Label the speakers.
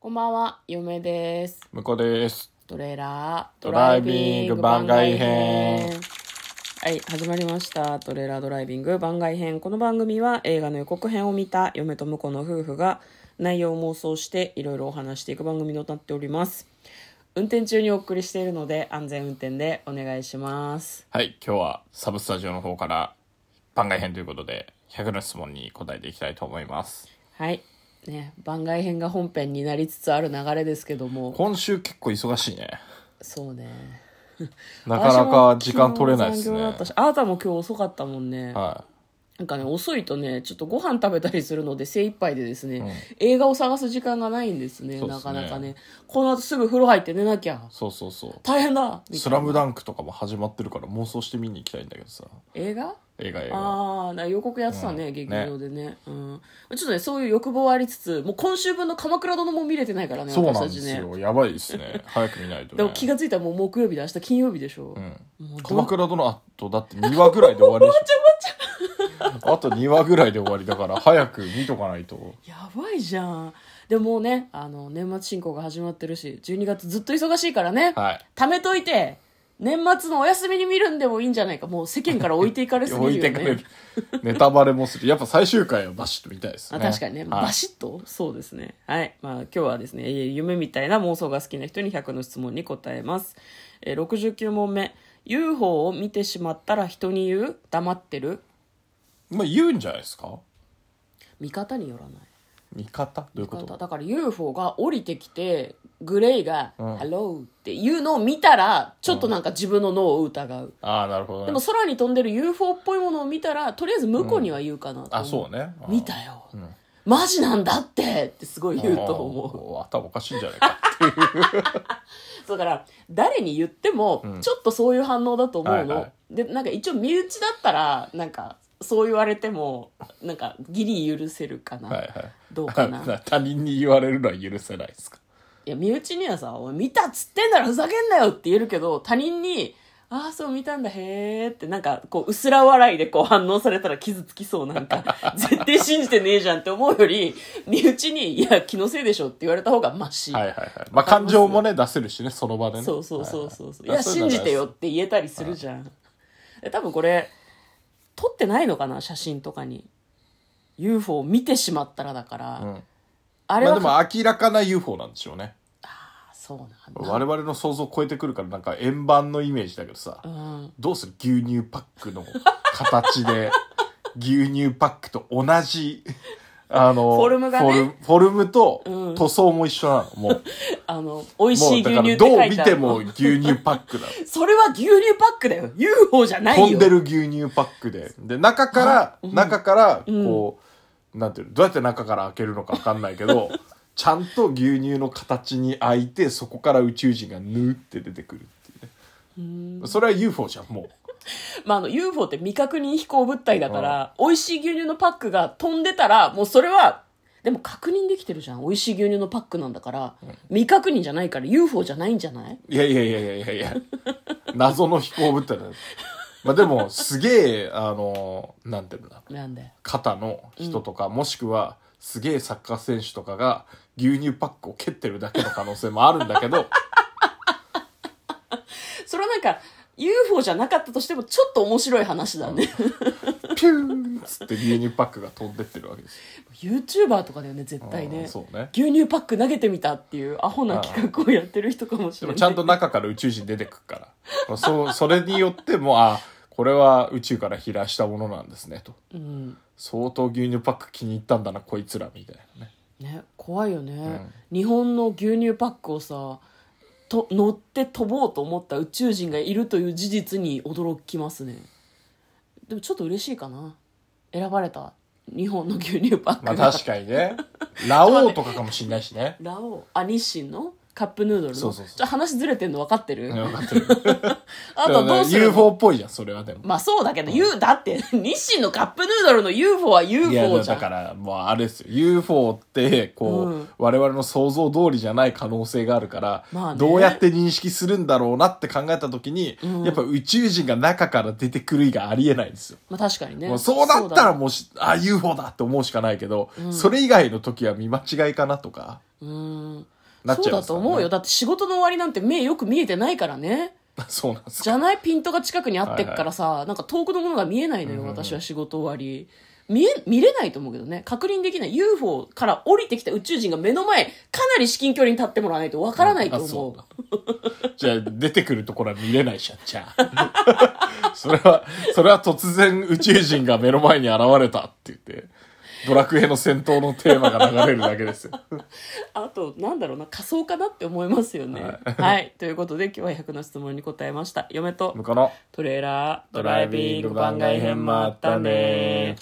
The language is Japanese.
Speaker 1: こんばんは、嫁です。
Speaker 2: 向こうです。
Speaker 1: トレーラード
Speaker 2: ドライビング番外編
Speaker 1: はい、始まりました。トレーラードライビング番外編。この番組は映画の予告編を見た嫁と婿の夫婦が内容を妄想していろいろお話していく番組となっております。運転中にお送りしているので安全運転でお願いします。
Speaker 2: はい、今日はサブスタジオの方から番外編ということで、100の質問に答えていきたいと思います。
Speaker 1: はい。ね、番外編が本編になりつつある流れですけども、
Speaker 2: 今週結構忙しいね。
Speaker 1: そうね。
Speaker 2: なかなか時間取れないで
Speaker 1: 私
Speaker 2: す
Speaker 1: も昨日残業だ
Speaker 2: ね
Speaker 1: っ。たしあなたも今日遅かったもんね。
Speaker 2: は
Speaker 1: なんかね、遅いとね、ちょっとご飯食べたりするので精一杯でですね、映画を探す時間がないんですね、
Speaker 2: そうっ
Speaker 1: な
Speaker 2: す
Speaker 1: か
Speaker 2: ね
Speaker 1: なかね。この後すぐ風呂入って寝なきゃ
Speaker 2: い。。そうそうそう。
Speaker 1: 大変だみた
Speaker 2: ス
Speaker 1: いな
Speaker 2: ラムダンクとかも始まってるから妄想して見に行きたいんだけどさ。
Speaker 1: 映画
Speaker 2: 映画映画。
Speaker 1: ああ、な予告やってたね、
Speaker 2: うん
Speaker 1: 劇場でねうん。ちょっとね、そういう欲望はありつつ、もう今週分の鎌倉殿も見れてないからね、
Speaker 2: そう
Speaker 1: 私
Speaker 2: なん
Speaker 1: たち
Speaker 2: です
Speaker 1: ね。
Speaker 2: よ。やばいです ね。早く見ないと
Speaker 1: でも
Speaker 2: ね。
Speaker 1: 気がついたらもう木曜日で、明日金曜日でしょ。
Speaker 2: うん
Speaker 1: もうど
Speaker 2: 鎌倉殿あとだって2話ぐらいで終わりでしょ。あと2話ぐらいで終わりだから早く見とかないと。
Speaker 1: やばいじゃん。でももうね、あの、年末進行が始まってるし、12月ずっと忙しいからね。
Speaker 2: はい。
Speaker 1: 貯めといて年末のお休みに見るんでもいいんじゃないかもう世間から置いていかれすぎるよ
Speaker 2: 置
Speaker 1: ね
Speaker 2: いてくれる。ネタバレもする。やっぱ最終回はバシッと見たいです
Speaker 1: あ
Speaker 2: ね。
Speaker 1: 確かにね、バシッとそうですねはい、まあ、今日はですね夢みたいな妄想が好きな人に100の質問に答えます、えー、69問目 UFO を見てしまったら人に言う黙ってる
Speaker 2: ッ。まあ言うんじゃないですか
Speaker 1: 見方によらない
Speaker 2: 味方どういうこ
Speaker 1: だ
Speaker 2: と
Speaker 1: だから UFO が降りてきてグレイが「
Speaker 2: うん
Speaker 1: Hello」っていうのを見たらちょっとなんか自分の脳を疑う
Speaker 2: ああ、なるほど、ね。
Speaker 1: でも空に飛んでる UFO っぽいものを見たらとりあえず向こうには言うかなと思う、
Speaker 2: あ、そうね。あー
Speaker 1: 見たよ、
Speaker 2: ん
Speaker 1: マジなんだってってすごい言うと思
Speaker 2: あー頭おかしいんじゃな いか。
Speaker 1: うだから誰に言っても
Speaker 2: うん
Speaker 1: ちょっとそういう反応だと思うの、
Speaker 2: はいは
Speaker 1: でなんか一応身内だったらなんかそう言われてもなんかギリ許せるかな、
Speaker 2: はいはい。
Speaker 1: どうか な
Speaker 2: 他人に言われるのは許せないですか。
Speaker 1: いや身内にはさ「おい見たっつってんだろふざけんなよ」って言えるけど他人に「ああそう見たんだへーってなんかこう薄ら笑いでこう反応されたら傷つきそうなん か絶対信じてねえじゃんって思うより身内に「いや気のせいでしょ」って言われた方がマシ、
Speaker 2: はいはいはい。まあ感情もね、出せるしね、その場でね。
Speaker 1: そうそうそうそうそう、、
Speaker 2: はいは
Speaker 1: や信じてよっ。て言えたりするじゃん、え多分これ撮ってないのかな写真とかに UFO を見てしまったらだから、
Speaker 2: うん
Speaker 1: あ
Speaker 2: だ
Speaker 1: れ
Speaker 2: か
Speaker 1: は、
Speaker 2: らそういうのはまあでも明らかな UFO なんでしょうね。
Speaker 1: そうなんだ
Speaker 2: 我々の想像を超えてくるから、なんか円盤のイメージだけどさ。
Speaker 1: うん
Speaker 2: どうする牛乳パックの形 で牛乳パックと同じあの
Speaker 1: フォルムがね
Speaker 2: フォルフォルムと
Speaker 1: うん
Speaker 2: 塗装も一緒なの、もう
Speaker 1: あの美味
Speaker 2: も
Speaker 1: しいう
Speaker 2: だ
Speaker 1: 牛
Speaker 2: か
Speaker 1: 乳って
Speaker 2: ら
Speaker 1: 書
Speaker 2: どう
Speaker 1: い
Speaker 2: 見
Speaker 1: てあ
Speaker 2: て
Speaker 1: るの
Speaker 2: も牛乳パック だ
Speaker 1: それは牛乳パックだよ UFO じゃないよ
Speaker 2: 飛んでる牛乳パックでで中から、中からこう、なんていうのどうやって中から開けるのか分かんない けどちゃんと牛乳の形に開いてそこから宇宙人がぬーって出てくるっていうねそれは UFO じゃんもう
Speaker 1: まあ、あの UFO って未確認飛行物体だから、美味しい牛乳のパックが飛んでたらもうそれはでも確認できてるじゃん美味しい牛乳のパックなんだから、未確認じゃないから UFO じゃないんじゃない
Speaker 2: いやいやいやいやいやいや謎の飛行物体だよまあでもすげえあのなんていうんだ
Speaker 1: なんで
Speaker 2: 肩の人とか、もしくはすげえサッカー選手とかが牛乳パックを蹴ってるだけの可能性もあるんだけど
Speaker 1: それはなんか UFO じゃなかったとしてもちょっと面白い話だね、
Speaker 2: ピューンっつって牛乳パックが飛んでってるわけです
Speaker 1: YouTuber とかだよね絶対
Speaker 2: う
Speaker 1: ね
Speaker 2: んそうね
Speaker 1: 牛乳パック投げてみたっていうアホな企画をやってる人かもし
Speaker 2: で
Speaker 1: れな
Speaker 2: も
Speaker 1: い
Speaker 2: ちゃんと中から宇宙人出てくからそうそれによってもあこれは宇宙から飛来したものなんですねと
Speaker 1: うん
Speaker 2: 相当牛乳パック気に入ったんだなこいつらみたいなね
Speaker 1: ね、怖いよね、日本の牛乳パックをさと乗って飛ぼうと思った宇宙人がいるという事実に驚きますねでもちょっと嬉しいかな選ばれた日本の牛乳パック
Speaker 2: ま
Speaker 1: が、
Speaker 2: あ確かにね。ラオウとかかもしんないしね。
Speaker 1: ラオウあ日清のカップヌードルの
Speaker 2: そうそう
Speaker 1: ちょ
Speaker 2: そう
Speaker 1: っと話ずれてんの分かってる、
Speaker 2: うんわかってる。
Speaker 1: あとどうするの
Speaker 2: UFO っぽいじゃん、それはでも。
Speaker 1: まあそうだけど、U だって日清のカップヌードルの UFO はい
Speaker 2: や、
Speaker 1: UFO じゃ
Speaker 2: だ
Speaker 1: ん
Speaker 2: から、もうあれですよ。UFO って、こう、
Speaker 1: うん
Speaker 2: 我々の想像通りじゃない可能性があるから、
Speaker 1: まあね
Speaker 2: どうやって認識するんだろうなって考えた時に、
Speaker 1: うん
Speaker 2: やっぱ宇宙人が中から出てくる以外ありえないんですよ。
Speaker 1: まあ確かにね
Speaker 2: もうそうだったら
Speaker 1: そうだ
Speaker 2: もうしあ、UFO だって思うしかないけど、それ以外の時は見間違いかなとか、
Speaker 1: うん
Speaker 2: なっ
Speaker 1: そ
Speaker 2: ち
Speaker 1: う
Speaker 2: ゃいま
Speaker 1: だ
Speaker 2: す
Speaker 1: と
Speaker 2: からね
Speaker 1: 思うよだって仕事の終わりなんて目よく見えてないからね
Speaker 2: そうなんです
Speaker 1: じ
Speaker 2: か
Speaker 1: ゃないピントが近くにあってっからさ、なんか遠くのものが見えないのよ、私は仕事終わり見え見れないと思うけどね確認できない UFO から降りてきた宇宙人が目の前かなり至近距離に立ってもらわないとわからないと
Speaker 2: あ
Speaker 1: 思う,、
Speaker 2: そうじゃあ出てくるところは見れないじゃんじゃあ それはそれは突然宇宙人が目の前に現れたって言ってドラクエの戦闘のテーマが流れるだけですよ
Speaker 1: あとなんだろうな仮想かなって思いますよねはい、という ことで今日は100の質問に答えました嫁と
Speaker 2: 向こうの
Speaker 1: トレーラードライビング番外編もあったね